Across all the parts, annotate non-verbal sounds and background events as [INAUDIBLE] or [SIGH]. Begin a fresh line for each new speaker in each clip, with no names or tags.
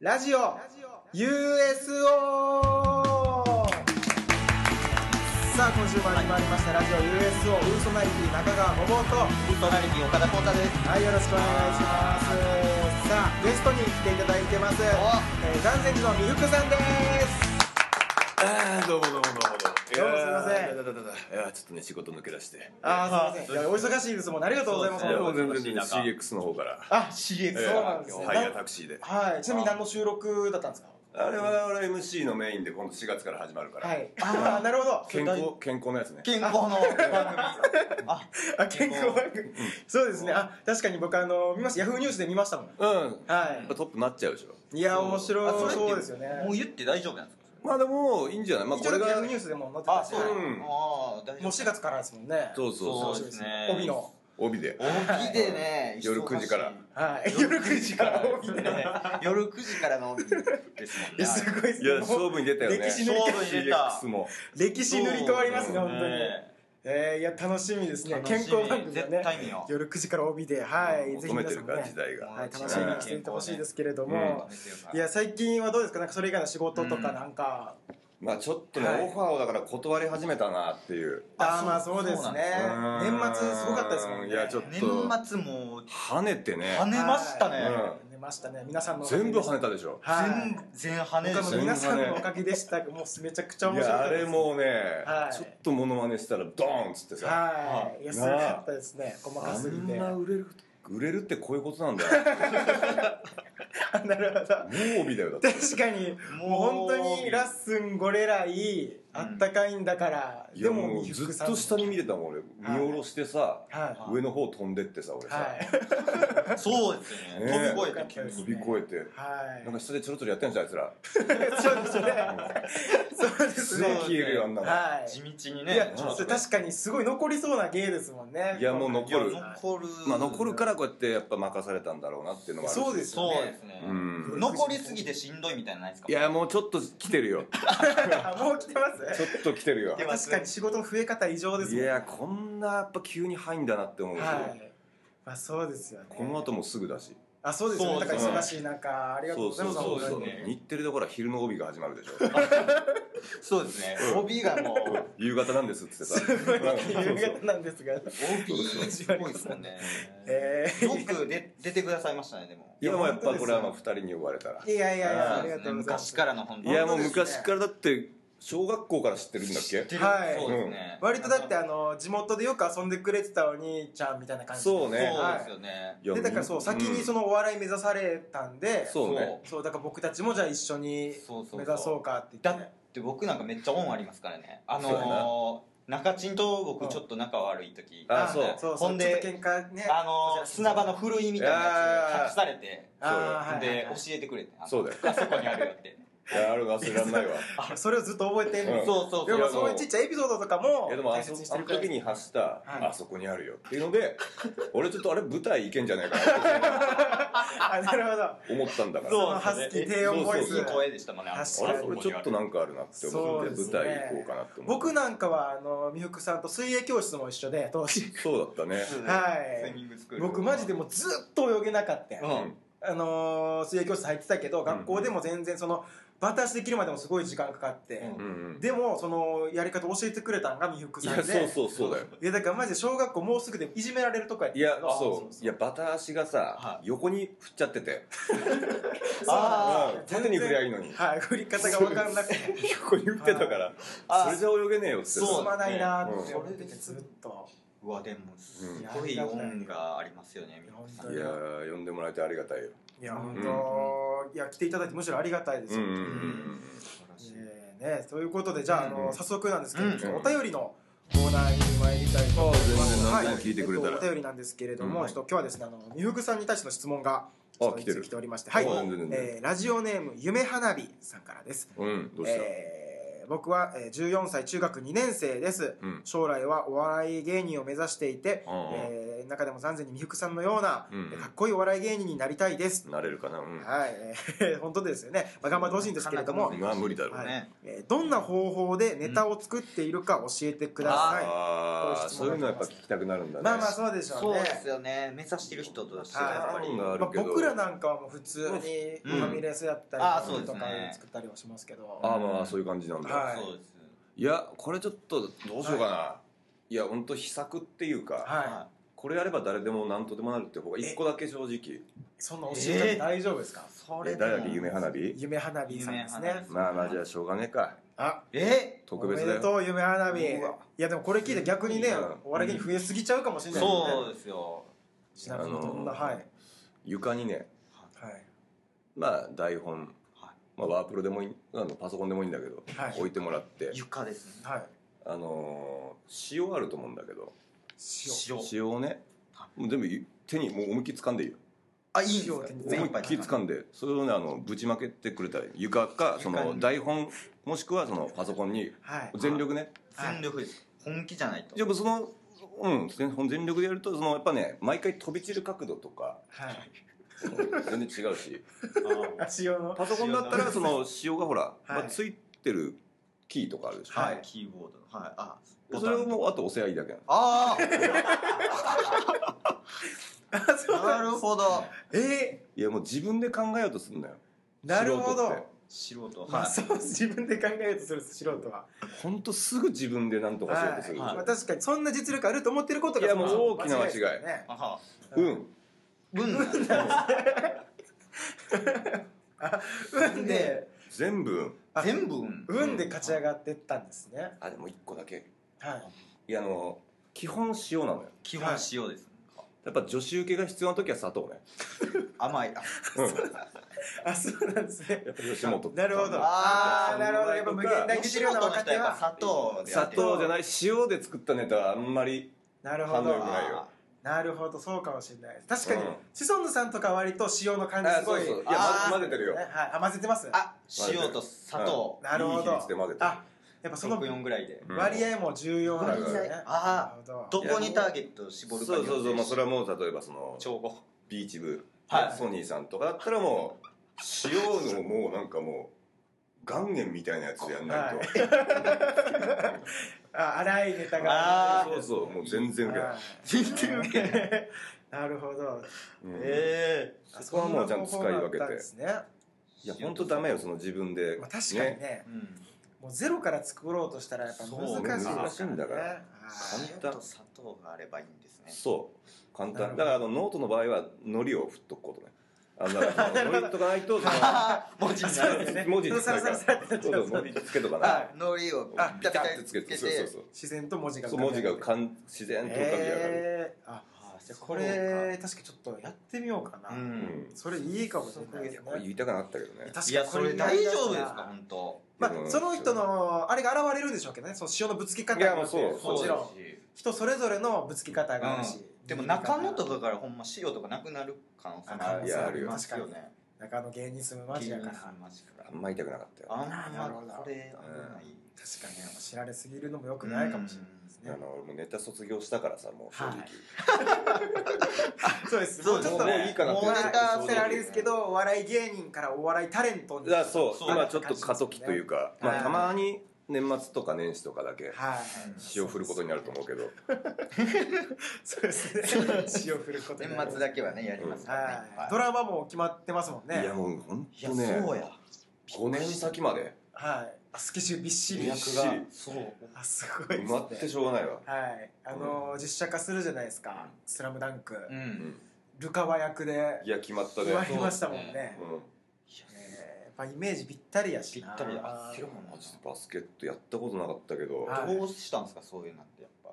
ラジオ USO さあ今週も始まりました、ラジオ USO ウーソナリティ中川ごぼうと
ウッドナリティ岡田光太です。
はいよろしくお願いしますさあゲストに来ていただいてます、えー、残石の美福さんです
あーどうもどうもどうも
どう
どうも
もすいません
いやーだだだだいやーちょっとね仕事抜け出して
ああすいませんいやお忙しいですもんありがとうございます
いやもう全然
忙し
全
い
然
中
CX の方から
あ CX
ええ
そうなんですね、
はいタクシーで
はいちなみに何の収録だったんですか
あれは俺 MC のメインで今度4月から始まるから、
はいああなるほど
健康健康のやつね
健康の番組。あ、
あ健康番組そうですねあ確かに僕あの見ましたヤフーニュースで見ましたもん
うんや
は
っぱトップなっちゃうでしょ
いいや面
あそ
白
れって
そうですよね
もう言って大丈夫なんですか。
まあでもいいんじゃないまあ
一
こ
応
れが
ヤフーニュースでも載ってたし
う
も
ん
ああ、大丈夫。
う4月からですもんね
そうそうそう
そうですね
帯の
帯で
帯でね、
夜9時から
はい夜9時
[LAUGHS]
から帯
ね
で
夜9時からの帯です
い
もんね
や。すごいです
いや
ねも
勝
う
負に出たよね
歴史
の勝負に出た
CX も
歴史塗り替わりますね
そう
本当にえーいや楽しみですね
楽し
健
み
康番組は
絶対見
ね
よう
夜9時から帯ではいぜ
求
ひ
め
皆
て
さ
る
ん
か
も
ら
ね
時代が
はい楽しみにしていてほしいですけれどもい
い
や
や、
最近はどうですかなんかそれ以外の仕事とかなんか
まあちょっとね
はい
オファーをだから断り始めたなっていう
あ
あ
ーまあそうですね年末すごかったですもんね
いやちょっ
年
と
末も
跳ねてね
跳ねましたね。
跳ねましたね皆さんのおかげ
全部
でし
跳ねたでしょ
たはい
全然跳ねる
他の
全
皆さんのおかげでしたがもうめちゃくちゃ
い
面白か
や
っ
あ
たです
れもうね、
はい
ちょっとモノマネしたらドーンっつってさ、
はいいやすごかったですね細か
あ
すぎ
ん
て
な
な
売れる売れるってこういうことなんだ
[LAUGHS]
よ
るほど
もう帯だよだって
確かにもう本当にラッスンゴレライあったかいんだから、
い
で
やも
も
う
美
ず
福
っ
さん
と下に見てたもん俺見下ろしてさ、
は
上の方飛んでってさ俺
い
さ、
はい
そうですよね。
ね
飛び越えてき
はい
飛び越えて、
はい
なんか下でちょろちょろやってんじゃんあいつら
そうですねそうです
す
ね
げえ消えるよあんなの、
はい
地道に
い
ね。
や
ちょっとね
確かにすごい残りそうな芸ですもんね
いやもう残る
いや残る。
まあ、残るからこうやってやっぱ任されたんだろうなっていうのはある
そうですすよ
そ
ね
うですね。
うん
残りすぎてしんどいみたいなのないですか
いやもうちょっと来てるよ
あ [LAUGHS] もう来てます
ちょっと来てるよ
来てま
確
す
かに仕事の増え方異常です
い
もんね
やこんなやっぱ急に入んだなって思うし、
はいまあそうですよね
この後もすぐだし
あそうですよね
そう
だか
です
ら忙しい中ありがとう
そ
ご
う
ざ
そ
いうます
そうそう
そうですね
日テレだから昼の帯が始まるでしょ
そうですね
うん
帯が
[LAUGHS]
もう
夕方なんですっつってさ
本当に夕方なんですが
帯すごいですもんね
[LAUGHS] [LAUGHS] えー
よくで出てくださいましたねでも
いやもうやっぱこれはまあ2人に呼ばれたら
いやいやいや
あー
ありがとうございます
昔からの本当
いやも
本
う
当ですね
昔からだって小学校から知ってるんだっ
知っ
け
てる
はい
そうですね
割とだってあの地元でよく遊んでくれてたお兄ちゃんみたいな感じ
そう
そう
ね
ですよね
いや
でだからそう先にそ
の、
のお笑い目指されたんで
そうね
そうだから僕たちもじゃあ一緒に
そうそうそう
目指そうかって
だ
言って
って僕なんかめっちゃ恩ありますからねあ
そうやな
のー中チンと僕ちょっと仲悪い時
あそう
そう
ほ
そうんちょっ
で
と喧嘩ね
あのー砂場のふるいみたいなやつ隠されて
あーはいはい
で
はい
教えてくれてあの
そうだよ
あそこにあるよって
いやあれ忘れらんないわ
それをずっと覚えてん
う
の
ん
そうそう
で
そう
もそういうちっちゃいエピソードとかも
いやでもあ
大
そ
切にし
あ
て
の
るくらい
時に発した、
はい
あそこにあるよっていうので俺ちょっとあれ舞台行けんじゃないかな
あなるほど
って思ったんだから
そう
そのハスキー低音ボイス
いい声でしたもんねの
確
あ
か
れ
に
これちょっとなんかあるなって思っ
そ
て、
うです
舞
ね
台行こうかなって思って
僕なんかはあの美福さんと水泳教室も一緒で当時
そうだったね
はい
スイミングスクール
僕マジでもうずっと泳げなかった
う
よ、
ん
あのー水泳教室入ってたけど
ん
学校でも全然そのバタ足できるまでもすごい時間かかって、
うん
うんうん
でもそのやり方教えてくれたんが美福
い
さん
や
で
そうそうそうだよ
いやだからマジで小学校もうすぐでいじめられるとか
いや
あ
そういやバタ足がさ、
は
横に振っちゃってて
あ
うん縦に振りゃいいのに
はい振り方が分かんなくて
横に振ってたから
あ
それじゃ泳げねえよってさ
そう
進まないなーって
そう
思
で
っ
すね
ててずっと
うわでもす
うん
ごい恩がありますよねみんなさん
いやー呼んでもらえてありがたいよ
いや本当、いや来ていただいてむしろありがたいですよ、
うんうん
素晴らしい
えーね、ということでじゃあ,、あ
うんう
の
ん
早速なんですけど、
うん
ちょっとお便りのコーナーに参りたいと思います。
あ
は
あ全然何でも聞いてくれたら
えっとお便りなんですけれども、
うん
ちょっと今日はですねあの美福さんに対しての質問がちょっと
あ来てる
来ておりまして、はい
あ全然全然
えーラジオネーム夢花火さんからです。
うんどうした、
えーー僕はえー14歳中学2年生です、
うん
将来はお笑い芸人を目指していて、
うん
えー中でも残念に美福さんのような、
うん
えーかっこいいお笑い芸人になりたいです、
なれるかなうん
はい、えー [LAUGHS] 本当ですよね、まあ、頑張ってほしいんですけれども、
まあ無理だろうね、
はい
ね
えーどんな方法でネタを作っているか教えてください、
ああそういうのやっぱ聞きたくなるんだね
まあまあそうでしょ
そうう
ね
ですよね目指してる人としてはやっぱり
はいあ
まあ
るけど
僕らなんかはもう普通にフ
うん
ァミレスやったり
あーそうです
と
ね
かで作ったりはしますけど、
ああまあそういう感じなんだ、
はい
そうです
い、やこれちょっとどうしようかな、い、やほんと秘策っていうか、
は
これやれば誰でも何とでもなるって方が一個だけ正直
いそんな教えちゃって大丈夫ですか、
そ
え
れ
誰だっけ夢花火
夢花火さんです
夢
ね
花火
まあまあじゃあしょうがねえか
あ
え
特別だ
おめで
よ
とう夢花火いう
わ
やでもこれ聞いて逆にね
うん
お笑い芸人増えすぎちゃうかもしれないですね
そうですよ
ちなみにどんな
あのー
はい
床にね
はい
まあ台本、
は
まあ、ワープロでもいいあのパソコンでもいいんだけど、
はい
置いてもらって
床ですね
はい
あのー塩あると思うんだけど
塩
塩をね
は
もう全部手にもう思いっきり掴んでいいよ
あいいんです
塩を
か
手に
思いっきり
使う
掴んでそれをねあのぶちまけてくれたらいい床かそ
床
の
に
台本もしくはそのパソコンに
はい
全力ね
全力です本気じゃないと
でもそのうん全全力でやるとそのやっぱね毎回飛び散る角度とか
はい
全然違うし
あ塩
[LAUGHS]
の
パソコンだったらその塩がほら、まあ
はい
ついてるキーとかあるでしょ、
はいキーボードのはいあボ
そ
タ
れ
ン
をもうあと押せばいいだけなの
あ
あ
あ
そう
なるほど
え
いやもう自分で考えようとすんなよ
ーなるほど
素人って
素人
まあ
は
そう自分で考えようとする素人は
ほんとすぐ自分で何とかしようとするでしょ、
はい
まあ確かにそんな実力あると思ってることが
いやもう
そ
大きな間違
で
い
すよね
いは
うん
文なんです
運で
全部
あ
全部運
運で勝ち上がってったんですね
あでも1個だけ
はい
いやあの基本塩なのよ
基本塩です
やっぱ女子受けが必要な時は砂糖ね
甘いあ
あそうなんですね
やっぱ吉本
なるほどあ
あ
あ
ー
なるほどやっぱ無限大
吉
吉郎
本
の
の
若
人
手
やっぱ
は
砂糖でや
砂
ってる
糖じゃない塩で作ったネタはあんまり
なるほ
反応良く
ど
ないよ
なるほどそうかもしれないです確かに、
うん
シソンヌさんとか割と塩の感じ
あ
す
そ
ご
う
い
そういや
あー
混ぜ混ぜてるよ
ねはい、あ混ぜてます
あ塩と砂糖
なるほ
いい
ど
比率で混ぜてる
あやっぱその
64ぐらいで
うん
割合も重要なんですね
割合
な
あ
るほ
どこにターゲットを絞るか
そ
によっ
うそ
て
うそう、まあ、それはもう例えばその
調合
ビーチ部、
はい
ソニーさんとかだったらもう塩のもうなんかもう岩塩みたいなやつでやんないと、
はあ荒いネタが
あ
そうそうもう全然受けない、
はい
全然受けない
なるほど
うん
ええ
あ
[LAUGHS] そこはもうちゃんと使い分け
そんな方法があったん
て
ですね、
いや本当ダメよその自分で、
まあ、確かにね
うん
もうゼロから作ろうとしたらやっぱ難しいです
そう難しいんだから
はい
簡
塩
単
と砂糖があればいいんですね
そう簡
なる
単
ほど
だからあのノートの場合は海苔を振っとくことねあのだからその海苔とかない
[LAUGHS]
とその
あ [LAUGHS] あ文字にな
そうですね
る
文字につ
サ
な
ラ
い
サ
か
ラ
ら
サラってなっちゃう
そうそう文字つけとか
は
ない
海苔を
あ
ピタ
ガ
ピ
ッて
タつ
つ
け
け
て
てそうそうそう
自然と文字が
そう文字がかん自然と浮かび上がる、
えーあじゃあこれ確かにちょっとやってみようかな、
うん
それいいかもしれないです
これ
ね
言いたくなったけどね
確かに
いやそれ大丈夫ですか
これ
本当
まあ、その人のあれが現れるんでしょうけどねその塩のぶつけ方
いやもうそう
もちろん
そうですし
人それぞれのぶつけ方があるし、
でも中野と
か
かからほんま塩とかなくなる可能
あ
性もあ
可能
る
性ある
ますよね
中野芸人住む町
気
だ
に
から
な
確
る
か
マジから
あんま痛くなかったよ
あん
なるほ
ま
ど
これ危ない
にね知られすぎるのもよくないかもしれないです
あ
ね
の、もうネタ卒業したからさもう正直、
はいそうです
そう
もう
で
ち
す
ょっと
ね
ね
もういい
かな
も
っ
う
て
ネタせられですけどお笑い芸人からお笑いタレントに
いやそう
そう
今ちょっと過渡期というか、
はい
まあ、たまに年末とか年始とかだけ
はい
塩振ることになると思うけど
そうですね塩振ることにな
年
る
末だけはねやりますからねいっぱ
はいいドラマも決まってますもんね
いやもう本
いや
当ね
そうや
5年先まで
はいあスケジュールびっしり
びっしり
そう
[LAUGHS] あすごいです
埋まってしょうがないわ
はいあのー実写化するじゃないですか「スラムダンク
う
うんん
ルカワ役で
いや決まったね
言われましたもん
そう
ね
うん
えーやっぱイメージぴったりやし
ぴっ
な
たりやってるもん
マジでバスケットやったことなかったけど、
はい
どうしたんですかそういうのってやっぱ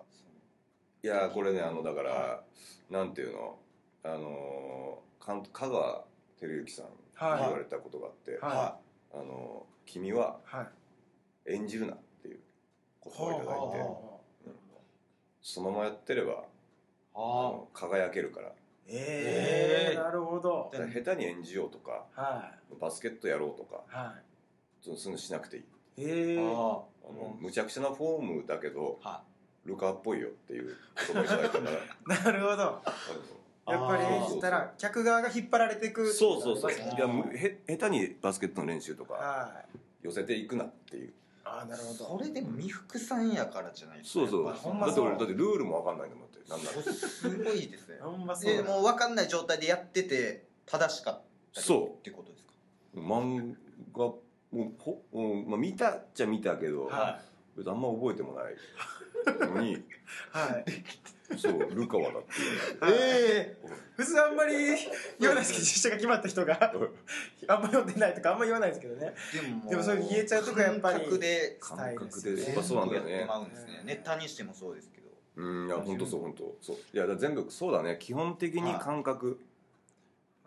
い、やこれねあのだからなんていうのあのー監督香川照之さんに
はい
言われたことがあって「
はい
あのー君は
はい
演じるな」っていう言葉をいただ
ほ
い
うほう
て
ほう
そのままやってればあ
あ
の輝けるから
え
え
え
ー
なるほど
だから下手に演じようとか
は
バスケットやろうとか
いは
そういうのしなくていい
いへえ
あ
あのむちゃくちゃなフォームだけど
あは
ルカっぽいよっていう言葉をいただい
[LAUGHS]
たから
なるほどやっぱり
あー
演じたら客側が引っ張られてくってい
そう
の
そうそ
があ
う
ります
い
ね
やむへ下手にバスケットの練習とか
はい
寄せていくなっていう
ああなるほど
それでも未福さんやからじゃないです
そ
か
うそう
や
だ
っぱ
ほんま
って
そう
俺だってルールも分かんないんだもんってなんなら
すごい [LAUGHS] ですね
ほんまそう
で
だ
もう分かんない状態でやってて正しかったり
そう
ってことですか
漫画もうほ、うんまあ、見たっちゃ見たけど、
は
別にあんま覚えてもないのに
はい
そうルカワだって
ええ普通あんまり言わないですけど実写が決まった人が
うん
あんま読んでないとかあんま言わないですけどね
でも
でもそれ言えちゃうとこやっぱり
感覚で
スタイルですよ
感覚
ね
でやっぱそうなんだよ
やって
ね
まうんですねネタにしてもそうですけど
[LAUGHS] うんいや本当そう本当そういやだから全部そうだね基本的に感覚、
まあ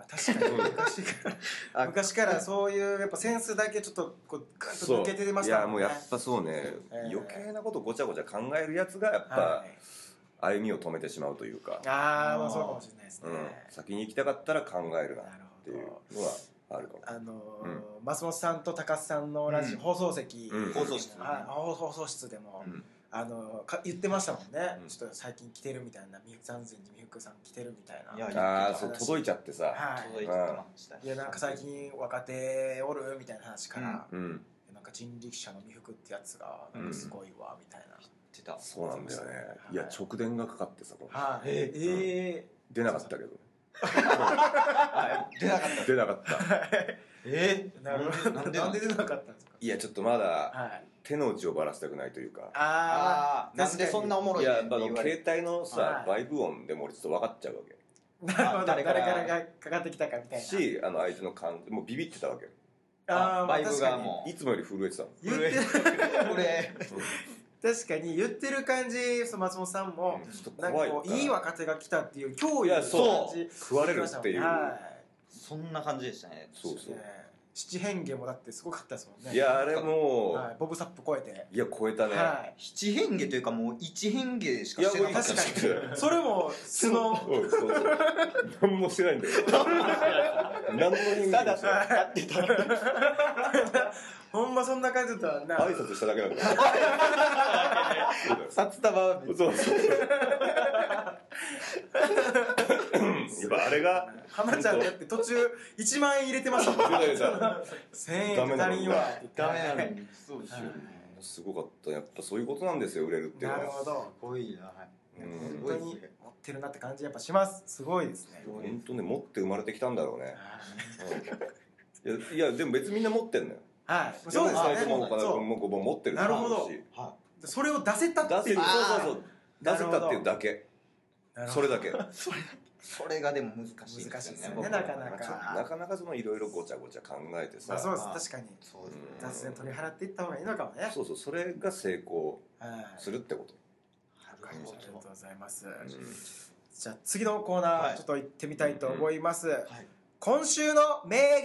確かに
[LAUGHS]
昔から昔からそういうやっぱセンスだけちょっとこうグンと
そう
抜けてまし
い
た
やもうやっぱそうね、
えー
余計なことごちゃごちゃ考えるやつがやっぱ
はい
歩みを止めてしまうというか、
ああまあそうかもしれないですね、
うん、先に行きたかったら考えるなっ
なる
て
ほ
いう
ど
のはあるかも
あのー松本さんと高須さんのラジオ、
うん
放送席、
うん
放送室
あ放放送室でも、
うん
あのーか言ってましたもんね、
うん
ちょっと最近来てるみたいなみゆ残念にみゆくさん来てるみたいない
やいや
ああそう届いちゃってさ、
は
届いてました
いいやなんか最近若手おるみたいな話から、
うん、
なんか人力車のみふくってやつがなんかすごいわみたいな、
出た
そうなんだよね、
はい
い、や直電がかかってさこれ
はい、
え
え
出なかったけど
あ出なかった
[LAUGHS] 出なかった
え
ー、なるほど
な
なんんで
でなんで
出なかったんですか
いやちょっとまだ
はい
手の内をばらしたくないというか
あ
ああなんでそんなおもろ
い
いねん
や
って
あの
言われ
携
て
帯の
は
さ
い
バイブ音でも俺ちょっと分かっちゃうわけ
あなるほど
誰
誰
か
かららがかかってきたかみたいな
しあの相手の感もうビビってたわけ
あーまあ
バイブ
確か
が
に
もう
いつもより震えてたの
言って
これ
確かに言ってる感じその松本さんも、
うんちょっと
なんか
怖い
こういい若手が来たっていう脅威
い
の
や
感じ
そう食われるっていう、
は
そんな感じでしたね
そう
い
そう
ね七変化もだってすごかったですもんね
いやあれもう、
はい、ボブサップ超えて、
い、や超えたね、
は
七変化というかもう一変化しかしてなかった
いや
し
確い、それも素の
[LAUGHS] うんそうそう何もしてないんだよ何も変化もしてない
立ってただ
[LAUGHS] ほんまそんな感じだったわな
挨拶しただけなんだよ
札束は
そうそうそうやっぱあれが
浜ちゃんだって途中1万円入れてましたもん
入れてた
1000円足りんわって言って
ダメなのにそうです
よね
すごかったやっぱそういうことなんですよ売れるっていうの
なる
は
ほど
すごいなはい
うん
本当に持ってるなって感じやっぱしますすごいですね
本当ね持って生まれてきたんだろうね、
は
うんいやいやでも別にみんな持ってんのよ
いそうですよ
山
ね
内も岡田
そ
君もこうもう持ってると思うし
なるほどうそれを出せたって
出
い
せ
う
るそうそうそう出
な
せ
るほ
た
ど
っていうだけ
なるほ
そ
ど
れだけ
それがでも難しい
難しいです
よね
僕
な
かなか
ちょっと
なかなかそのいろいろごちゃごちゃ考えてさ、
あそうです確かに
そうですね
うん
雑然取り払っていった方がいいのかもね
そうそうそれが成功
はい
するってこと、
ありがとうございます、
う
じゃあ次のコーナー、
はい
ちょっと行ってみたいと思います、
はい
今週の名言
ん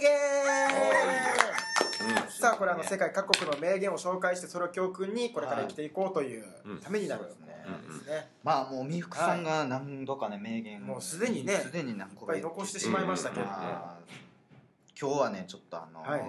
さあこれあの世界各国の名言を紹介してそれを教訓にこれから生きていこうという
うん
ためになるんですね,、
うん
ですね
まあもう三福さんが何度かね名言を
もうすでにね
すでに何
い
個
っぱ
か
い
言って
残してしまいましたけど、
うん
まあ今日はねちょっとあの、
はい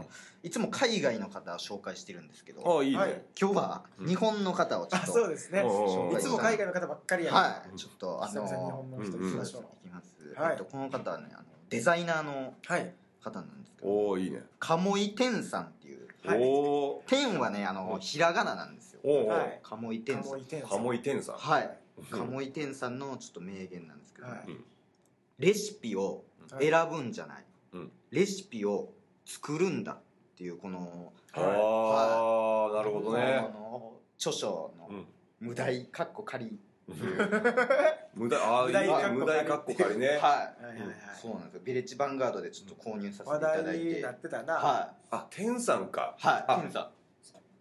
い、つも海外の方紹介してるんですけど
ああいいね、
はい
今日は日本の方をちょ
あ
っと、
そうですね
おうおう
いつも海外の方ばっかりやん
はいちょっとあ
久
の
々に日本の人
うん
にし
そう
ま
で
し
す
ょう
ね、いきます、
はい
えっと、この方はねあのデザイナーの
はい
方なんですけど
おおいいね、
鴨井天さんっていう
はい
おお
天はねあのひらがななんですよ
おお、
はい
鴨井天さん
鴨井天さん
はい
うん
鴨井天さんのちょっと名言なんですけど、
はい
うん
レシピを選ぶんじゃない、
うん
レシピを作るんだっていうこの
あ
はい
あ、なるほどね
こ、の著書の
うん
「無題」かっこ仮
無駄ああいいね無
無
題
題か
かっ
っ
こ
こ
仮ね
[LAUGHS] はい、
はいはいはい
そうなんですよビレッジヴァンガードでちょっと購入させてい
話
ただ
題
い
に
て
な
はい
ってたな、
あ天さんか
はい
あ
天さん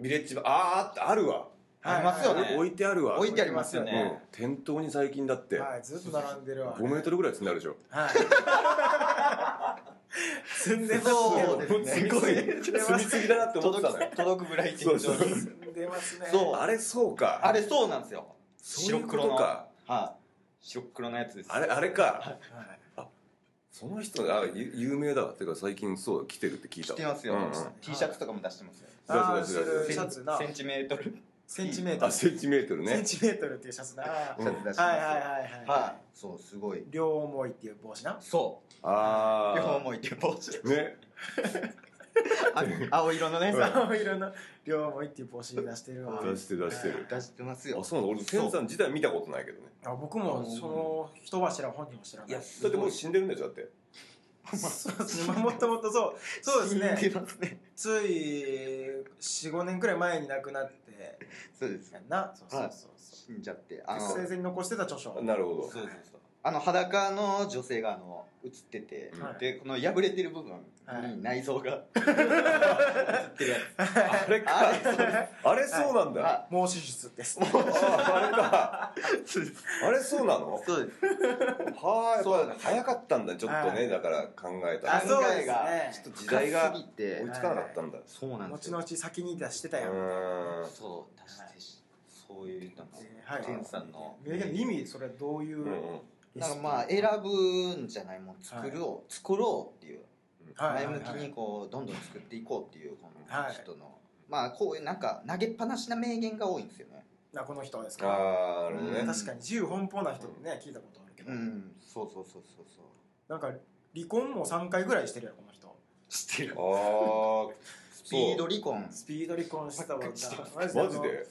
ビレッジバあああるわ、
ありますよね
お置いてあるわ
置いてありますよ
うん
ね、
店頭に最近だって、
はい、ずっと並んでるわ
5メートルぐらい積んであるでしょ
はい積んでます
そう
ね
です
も
ね
う積
積
み [LAUGHS] す
ん
ぎ
で
積
ま
み
す
すぎだなって思ってたのよ
届き届くぐらい
そう
緊
そう
張です
積んでますね
そう
あれそうか
あれそうなんですよ
そういうこと
白黒の
か
はい白黒のやつです
あれあれか
はい
あその人あゆ有名だわてか最近そう来てるって聞いたわ
着てますよ、
うんうん
T シャツとかも出してますよ
あー
そうそうそう
シ
セ
ャ
ン
ツな
センチメートル
センチメート
あ
ル
センチメートル
セン
ね
チメートルっていうシャ
[LAUGHS]
ツなは
う
い
ん
シャツ出してますよ
はいはいはい
はいそうすごい
両思いっていう帽子な
そう
あ
両
あ
思いっていう帽子
ね
あ青色のね
[LAUGHS] 青色の両思いっていう帽子出してるわ
出して出してる
出してますよ
あそうなの俺天さん自体見たことないけどね
あ僕もその人柱本人も知らない
いや
だってもう死んでるんだよだって
[LAUGHS] そうですねもっともっとそうそうです
死ん
ね
でますね
つい45年くらい前に亡くなって
そうです
やんなそうそうそうそ
死んじゃって
う
あの
生前に残してた著書
なるほ
そうそうそうあの裸の女性があの映ってて、
はい [LAUGHS]
でこの破れてる部分
はい
に内臓が映ってるや
どあれか
あれ
あれそうなんだ
あ
脳手術です
ああれか
つそうです
あれそうなの
そうです
はあ
そう
やっぱ早かったんだちょっと
はい
ねだから考えた
あ
ら
考
そうで
えが
すね
時代が
深す
追
ぎて
いつかなかったんだ
そうなんで
後
すよ
々先に出してた
う
よ
ーん
そう出してしそういうのが
えーはい
天さんの
いやけど意味それどういう
うんうん
だからまあ選ぶんじゃないもん作ろう作ろうっていう
はい
前向きにこうどんどん作っていこうっていうこ
は
の
い
人のまあこういうなんか投げっぱなしな名言が多いんですよね
なこの人はですか
ああなるほど
う
ね
ん確かに自由奔放な人もね聞いたことあるけど
うんそうそうそうそうそう
なんか離婚も3回ぐらいしてるよこの人
してる
ああ
スピード離婚
スピード離婚したわなマ
マジで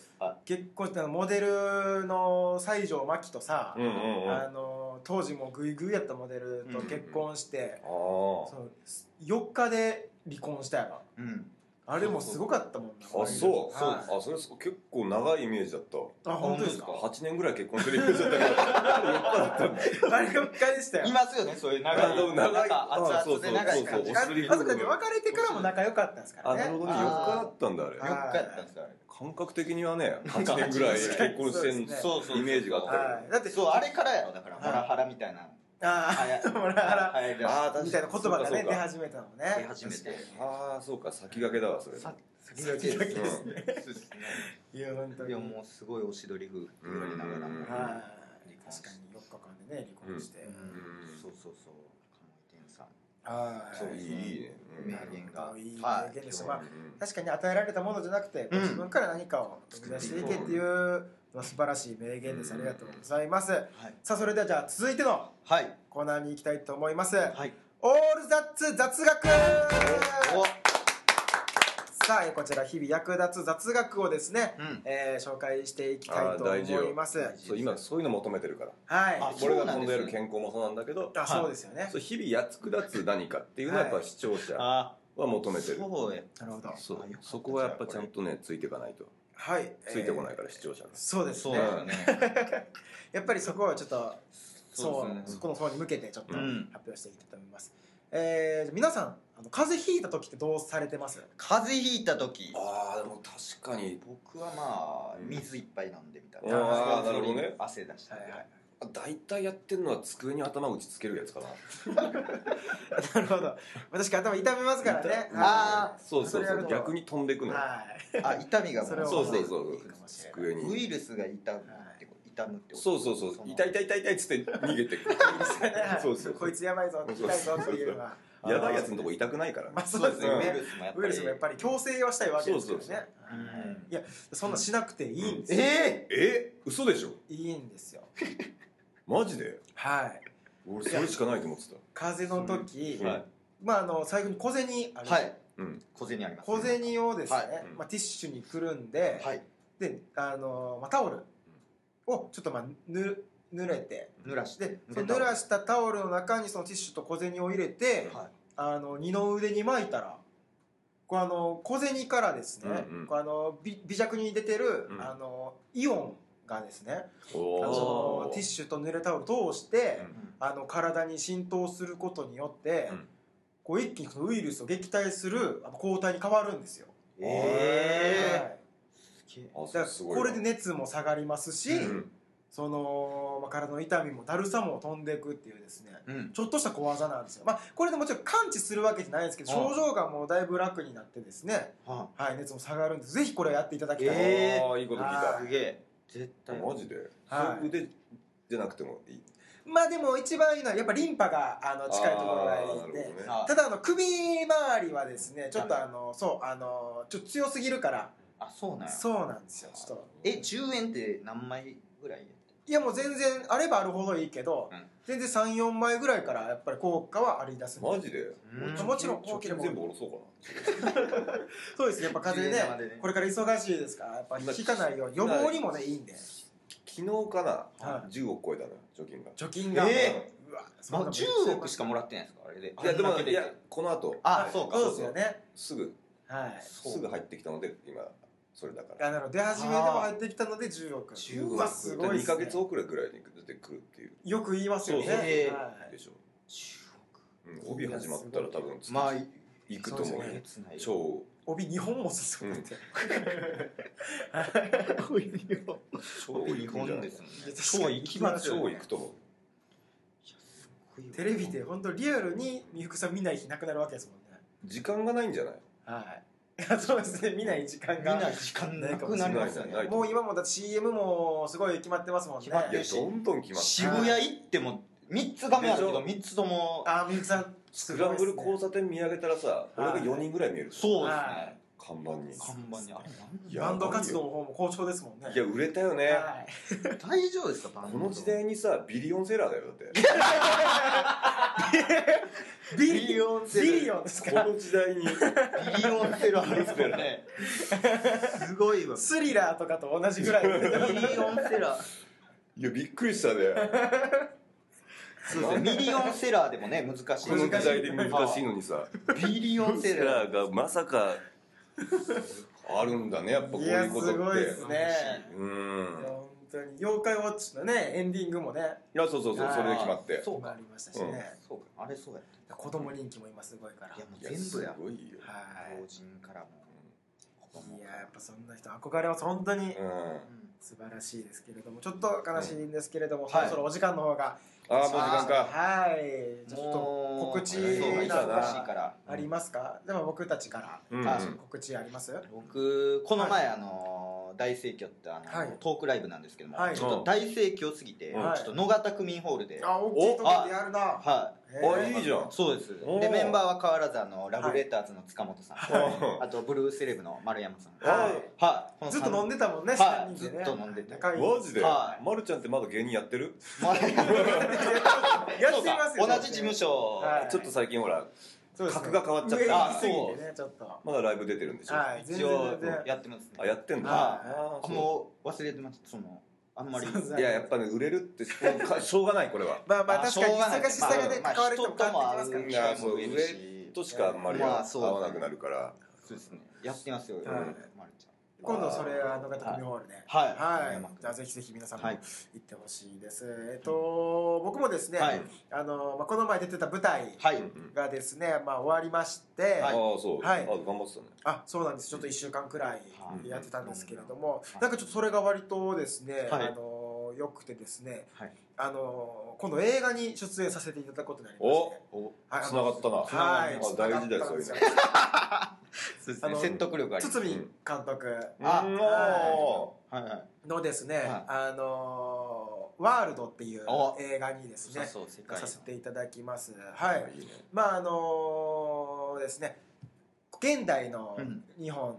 結婚したのモデルの西条真希とさ、
うんうんうんあ
あの当時もうグイグイやったモデルと結婚して、
あ
そう4日で離婚したやろ
うん
あれもすごかったもんな
あそう
はい
あそれ結構長いイメージだった
あ本当ですか
8年ぐらい結婚してるイメージだ [LAUGHS] ったけどだったんだ
あれ4日でしたよ
いますよねそういう長い
あでも長い
なんか熱々で長い
そう
感
そう
じ
お
あ
が
あそ
尻
こで別れてからも仲良かったんですから
あ
ね
なるほどね4
あー
日だったんだあれ
はい
4日やったんですよあれ
感覚的にはね8年ぐらい結婚して
そう
ん
ですね
そうそうそう
イメージがあったけど
はい、だって
そうあれからやろだから
はい
モラハラみたいな
あ
流
あ
行
モラハラ
流行りだし
ああ
みたいな言葉がね出始めたのね
出始めて
ああそうか先駆けだわそれ
さ先
々
々
ですね
そうですね
いや本当
い
に
やもうすごいおしどり風って言われながら
う
はい
ん
確かに4日間でね離婚して、
うん
そうそうそう鴨井天さん
はい
そういいいいねうん
名言が
いい
は
名言でした
う
まあ
ん
確かに与えられたものじゃなくて、
うん
自分から何かを作り出していけっていうのは素晴らしい名言です、
うん
ありがとうございます
はい
さあそれではじゃあ続いての
はい
コーナーに行きたいと思います、
はい
オールザッツ雑学
お
さあえーこちら日々役立つ雑学をですね、
うん
えー紹介していきたいと思います
あー大事よ
そう今そういうの求めてるから
はい
あ
これ
そう
が
なん
飛
で
ん
す
で
よ
る健康もそうなんだけど
あそうですよね
そう日々やつくだつ何かっていうのはやっぱ視聴者は
あ
求めてる
そうや
なるほど
そ
あ
う
よかった
そこはやっぱちゃんとねついていかないと
はい
ついてこないから
えー
視聴者が
そうです
そう
ね
ですね
やっぱりそこはちょっと
そ
そうう
ですね
そこの方に向けてちょっと
う
発
ん
表していきたいと思います、えーじゃあ皆さんあの風邪ひいた時ってどうされてます
風邪ひいた時
ああでも確かに
僕はまあ水いっぱい飲んでみたい
あ
な
ーなるほどね
汗出したり
大体やってるのは机に頭打ちつけるやつかな
[LAUGHS] なるほど私頭痛めますからねはい
あ
そう
そ
そう
れや
そ
る
う
と
逆に飛んでくの
はい
あ痛みがも
それは
そうそう
う
そ
いういかもしれない
机
ウ
に
イルスが痛むってこと痛むってこと
そうそうそう
その
痛い痛い痛い痛いっつって逃げて
[LAUGHS]
くる
はい
そうそう
こいつやばいぞ痛いぞっていうのは
やばいやつのとこ痛くないから
まあ
そうですね
うん
ウイルスもやっぱ
ウ
り
イルスもやっぱり強制はしたいわけですよね
そうそう
はい
うん
いやそんなしなくていいんですよ、
え
え嘘でしょ
いいんですよ
マジで
はい
俺それしかないと思って
風邪の時、
たはい
まああの最後に小銭あ
ー
る、
はい
うん
小銭ありますね
小銭をですね、
はい
うん
まあ、ティッシュにくるんで、
はい
であの、まあ、タオルをちょっとまあぬ濡れて
濡らして
でその濡ら
し
したタオルの中にそのティッシュと小銭を入れて、
はい
あの二の腕に巻いたらこうあの小銭からですね、
うんうん
こうあのび微弱に出てる、
うん
あのイオンがですねあ
お
のティッシュと濡れタオルを通して、
うん
あの体に浸透することによって、
うん
こう一気にそのウイルスを撃退するあの抗体に変わるんですよ。
え
は
え
い
あそ
だ
れ
か
す
ら
ごい
これで熱も下がりますし、
うん
その、まあ、体の痛みもだるさも飛んでいくっていうですね
うん
ちょっとした小技なんですよ、まあ、これでもちろん完治するわけじゃないんですけど
うん
症状がもうだいぶ楽になってですね、
は
はい、熱も下がるんでぜひこれやっていただきたい、
えー
ああいいこと聞い
は
た
いすげえ絶対
マジで
はい
それ腕じゃなくてもいい
まあでも一番いいのはやっぱリンパがあの近いところがいいんで、
あーなるほどね
あ
ただあの首周りはですねちょっとあのそうあのちょっと強すぎるから
あそうなんや
そうなんですよちょっと
え10円って何枚ぐらい
いやもう全然あればあるほどいいけど、
うん
全然34枚ぐらいからやっぱり効果はありだすんで
マジで
うん
もちろん
貯金
大きなもん
全部下ろそうか
そうですねやっぱ風邪
10円ま
ね
でね
これから忙しいですからやっぱ引かないよう予
今
防にもねいいんで
な昨日かな、
は
10億超えたのよ貯金が
貯金が、
え
うわそん
ま
なの
10億しかもらってないんですかあれで
いやで
あん
も
だけ
いやこの後
あそうか
そうですよね
すぐ
はい
そう
すぐ入ってきたので今それだから
あなの出始めでも入ってきたので10億
10億
うわすごい
2
です
ヶ
ね
月遅れぐらいに出てくるっていう
よく言いますよね
そうそう
はい
でしょ、
10億
うん、帯始まったら多分
まあ
行くと思う
そ
よ
うですね
つない
超
帯2本も進むって、
こいいよ
超
日本ですすもんね
超行きますよね
超行くと思う
[LAUGHS] テレビで本当リアルに美福さん見ない日なくなるわけですもんね
時間がないんじゃない
はい [LAUGHS] そうですね見ない時間
見
が
ない時間なくなりますよね
ない
もう今もだって CM もすごい決まってますもんね
決まっ
い
て
や
るし
どんどん決まって
渋谷行っても3つダメあるけど
で
3つとも
あー美福さん
ス
ス
クランブル交差点見上げたらさ俺が4人ぐらい見える
そうです
は
ね
看板に
看板にあれ
いや
バンド活動の方も好調ですもんね
いや売れたよね
はい
大丈夫ですかバン
こ
ド
の時代にさビリオンセラーだよだって
ビ
ビ
リ
リ
オン
オンセラー
ビリオンです
こ
か
の時代に
ビリオンセラーですよねすごいわ
スリラーとかと同じぐ
[LAUGHS]
らい
ミリオンセラー
いやびっくりしたね
そうですねミリオンセラーでもね難しい
この時代で難しいのにさ
ビリオンセ
セ
ラ
ラ
ー
ーがまさかあるんだねやっぱこう
い
い
や
う
す
こ
ご
とっ
い
て
ですね
うん
本当に妖怪ウォッチのねエンディングもね
いやそうそうそうそれで決まって
そう
今あ
か
りましたしね、
そうかあれそうやった
子供人気も今すごいから
いやも
いや
う全部や
すごいよ
はい
老人からも子供
い
か
や
ら
やっぱそんな人憧れます本当に
うんあ
うん
素晴らしいですけれどもちょっと悲しいんですけれども、
ん
そろそろお時間の方が、
あもう時間か
はいじゃあちょっと
もう
告知
そう
なんか
忙しいから
ありますか、でも僕たちから
うんうん
あ
告知あります、
僕この前あの大盛況ってあの
はい
トークライブなんですけども
はい
ちょっと大盛況すぎてち
は
ょ
い
っと野方区民ホールで
あ大きいとこでやるな
は
あいいじゃん
いそうです
おー
でメンバーは変わらずあのラブレターズの塚本さん
は
あとブルースレブの丸山さん
は
はい
はい
い
この
ずっ
三
と飲んでたもんね、
は
三
い
人でね
ずっと飲んでた
仲いい
マジで、
は
まるちゃんってまだ芸人やってる、
まあ
[LAUGHS] や
そ
っ
う
てま
か
すよ
同じ事務所
はい
ちょっと最近ほら
そうですね
格が変わっちゃった
上行きすぎ
あ
て
そ
ねちょっとは
まだライブ出てるんでしょ、
い全
一
然
応
全然
やってますね
あやってんだ、
はい
あ
あ
も
もう忘れてましたそのあんまり
そうそう
ういややっぱね売れるってもうかしょうが [LAUGHS] ないこれは
まあまあ
あ
確かに忙しさがね
まあ
関わる人も変わってきますから
い
ね
やそう
い
上
るし
としかあんまり合
ま
わ
あそうですね
なくなるから、
そうですねやってますよ、
ん
まるち
今度それは野方組ホールで
ゃん
はい、
山
じゃあぜ
君
ひぜひ皆さんも
はい
行ってほしいです、えっと僕もですね、
はい
あのまあ、この前出てた舞台
はい、
うんうん
がですね、まあ、終わりまして、
ああ
はい
そう、
はい
あ頑張ってたね
あそうなんですちょっと1週間くらい
はい
やってたんですけれども、
うん
なんかちょっとそれが割とですね、
はい
あのよくてですね、
はい
あの今度映画に出演させていただくことになりまして
お
はい
繋がったな、
はい
あ大事だよそういうの
そうです
あ
ね
の
説得力あります
堤監督
あ
うん
は
はいはい
のですね、
はい
あのワールドっていう
お
映画にですね
そう世界
させていただきますはい
いいね
まああのですね現代の
うん
日本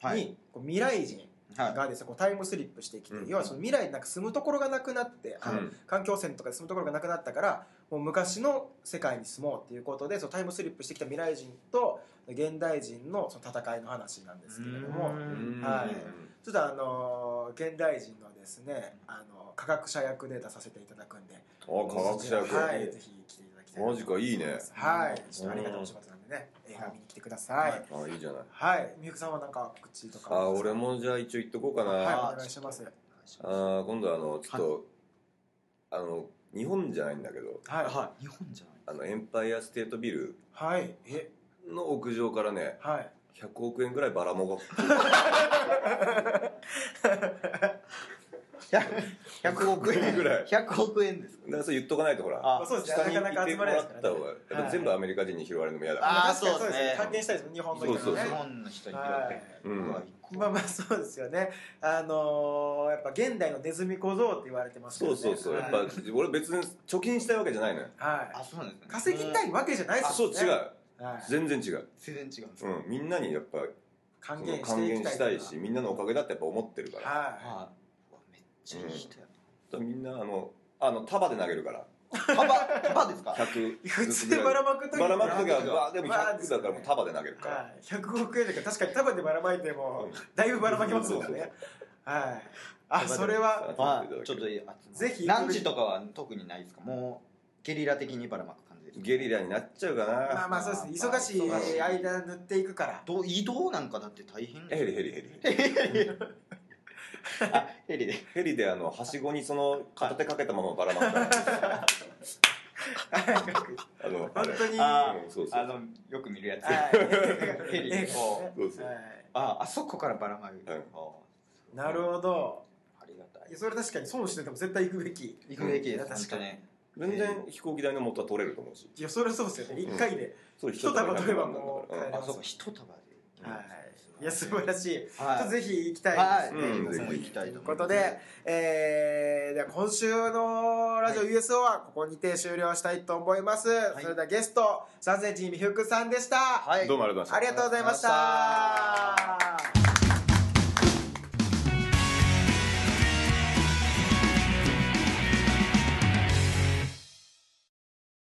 はい
にこう未来人
はい
がですねこうタイムスリップしてきて、
うん
要はその未来になんか住むところがなくなって、あ
う
の
ん
環境汚染とかで住むところがなくなったからもう昔の世界に住もうっていうことでそのタイムスリップしてきた未来人と現代人のその戦いの話なんですけれども
う
うんん
はいちょっとあのー現代人のですねあの科学者役で出させていただくんで
あ科学者役、
はい、ぜひ来ていただきたい
マジかいいね
はいちょっとありがたいお仕事なんでね映画見に来てください
あいいじゃない
はいみゆくさんはなんか告知とか
あ俺もじゃあ一応言っとこうかな、
はいお願いしますはい
あー今度あのちょっと、あの日本じゃないんだけど
は
はい日本じゃない
あのエンパイアステートビル
いえ
の屋上からね
はい
100億円ぐらいバラモが
[LAUGHS] 100億円
ぐ
[LAUGHS]
らい
100億円ですか
だからそれ言っとかないとほら
あ
まあそうですね
下に
なかな
行
か
っ
集
ても
まれない
ら
ですからね
った方がやっぱ全部アメリカ人に拾われるのも嫌だから
あー
確かにそうです
そうです
ね
ね
探検したいですね日本の人
そうそう
ね
そう
日本の人に
はい
うん
まあまあそうですよねあのーやっぱ現代のネズミ小僧って言われてますけど
そう
ね
そうそうやっ
は
ぱ
い
俺別に貯金したいわけじゃないのよ
は
あそうなんです
い稼ぎた
い
いわけじゃないです
そう
よね
違う
はい
全然違う
全然違うんです
うんみんなにやっぱそ
還
の
元
還
してい
元
きたい
したいしみんなのおかげだってやっぱ思ってるからだか
は
あうわめっちゃいい人や
らみんなあのあの束で投げるから
パパパパですか
100
い普通ばらまくとき
ばらまく時は
ばらまく時は
わあでも
まあ
100だからもう束で投げるから
はい、100億円だから確かに束でばらまいてもだいぶばらまけますもんねはいあそれは
ま
集めて
あ
いただける
ちょっと集まる
ぜひ
ランチとかは特にないですかもうゲリラ的にばらまく感じですか
ゲリラになっちゃうか
まあ
な
まあそうですね忙しい間塗っていくから
どう移動なんかだって大変
ヘリヘリヘリ
[LAUGHS] あヘリで
ヘリであのはしごにその片手かけたままばらまくからあのあ
本
れ
当に
あ
うんそうそう
あのよく見るやつ
はい
ヘリでこう
そうそ
[LAUGHS]
う
はい
ああそこからばらまく
はい
なるほど
ありがた
いやそれ確かに損してても絶対行くべき
い行くべきです
うん確かに
本
全然飛行機代の元は取れると思うし
いやそれはそうですよね
うん
1回で、
それ
一束取ればもう
100万なんだからん
当にあそうか一束で
はいいや素晴らしい、ちょっと
はい
ぜひ行きたいですね、
はいうん
皆さん
ぜひ
行きたいと
とい
思
う
い
こ
ます
とで、えー、では今週のラジオ
は
USO はここにて終了したいと思います、
い
それではゲスト三千人美福さんでした、
はい
どうもありがとうございました
ありがとうございまし
ありがとうござ
た
い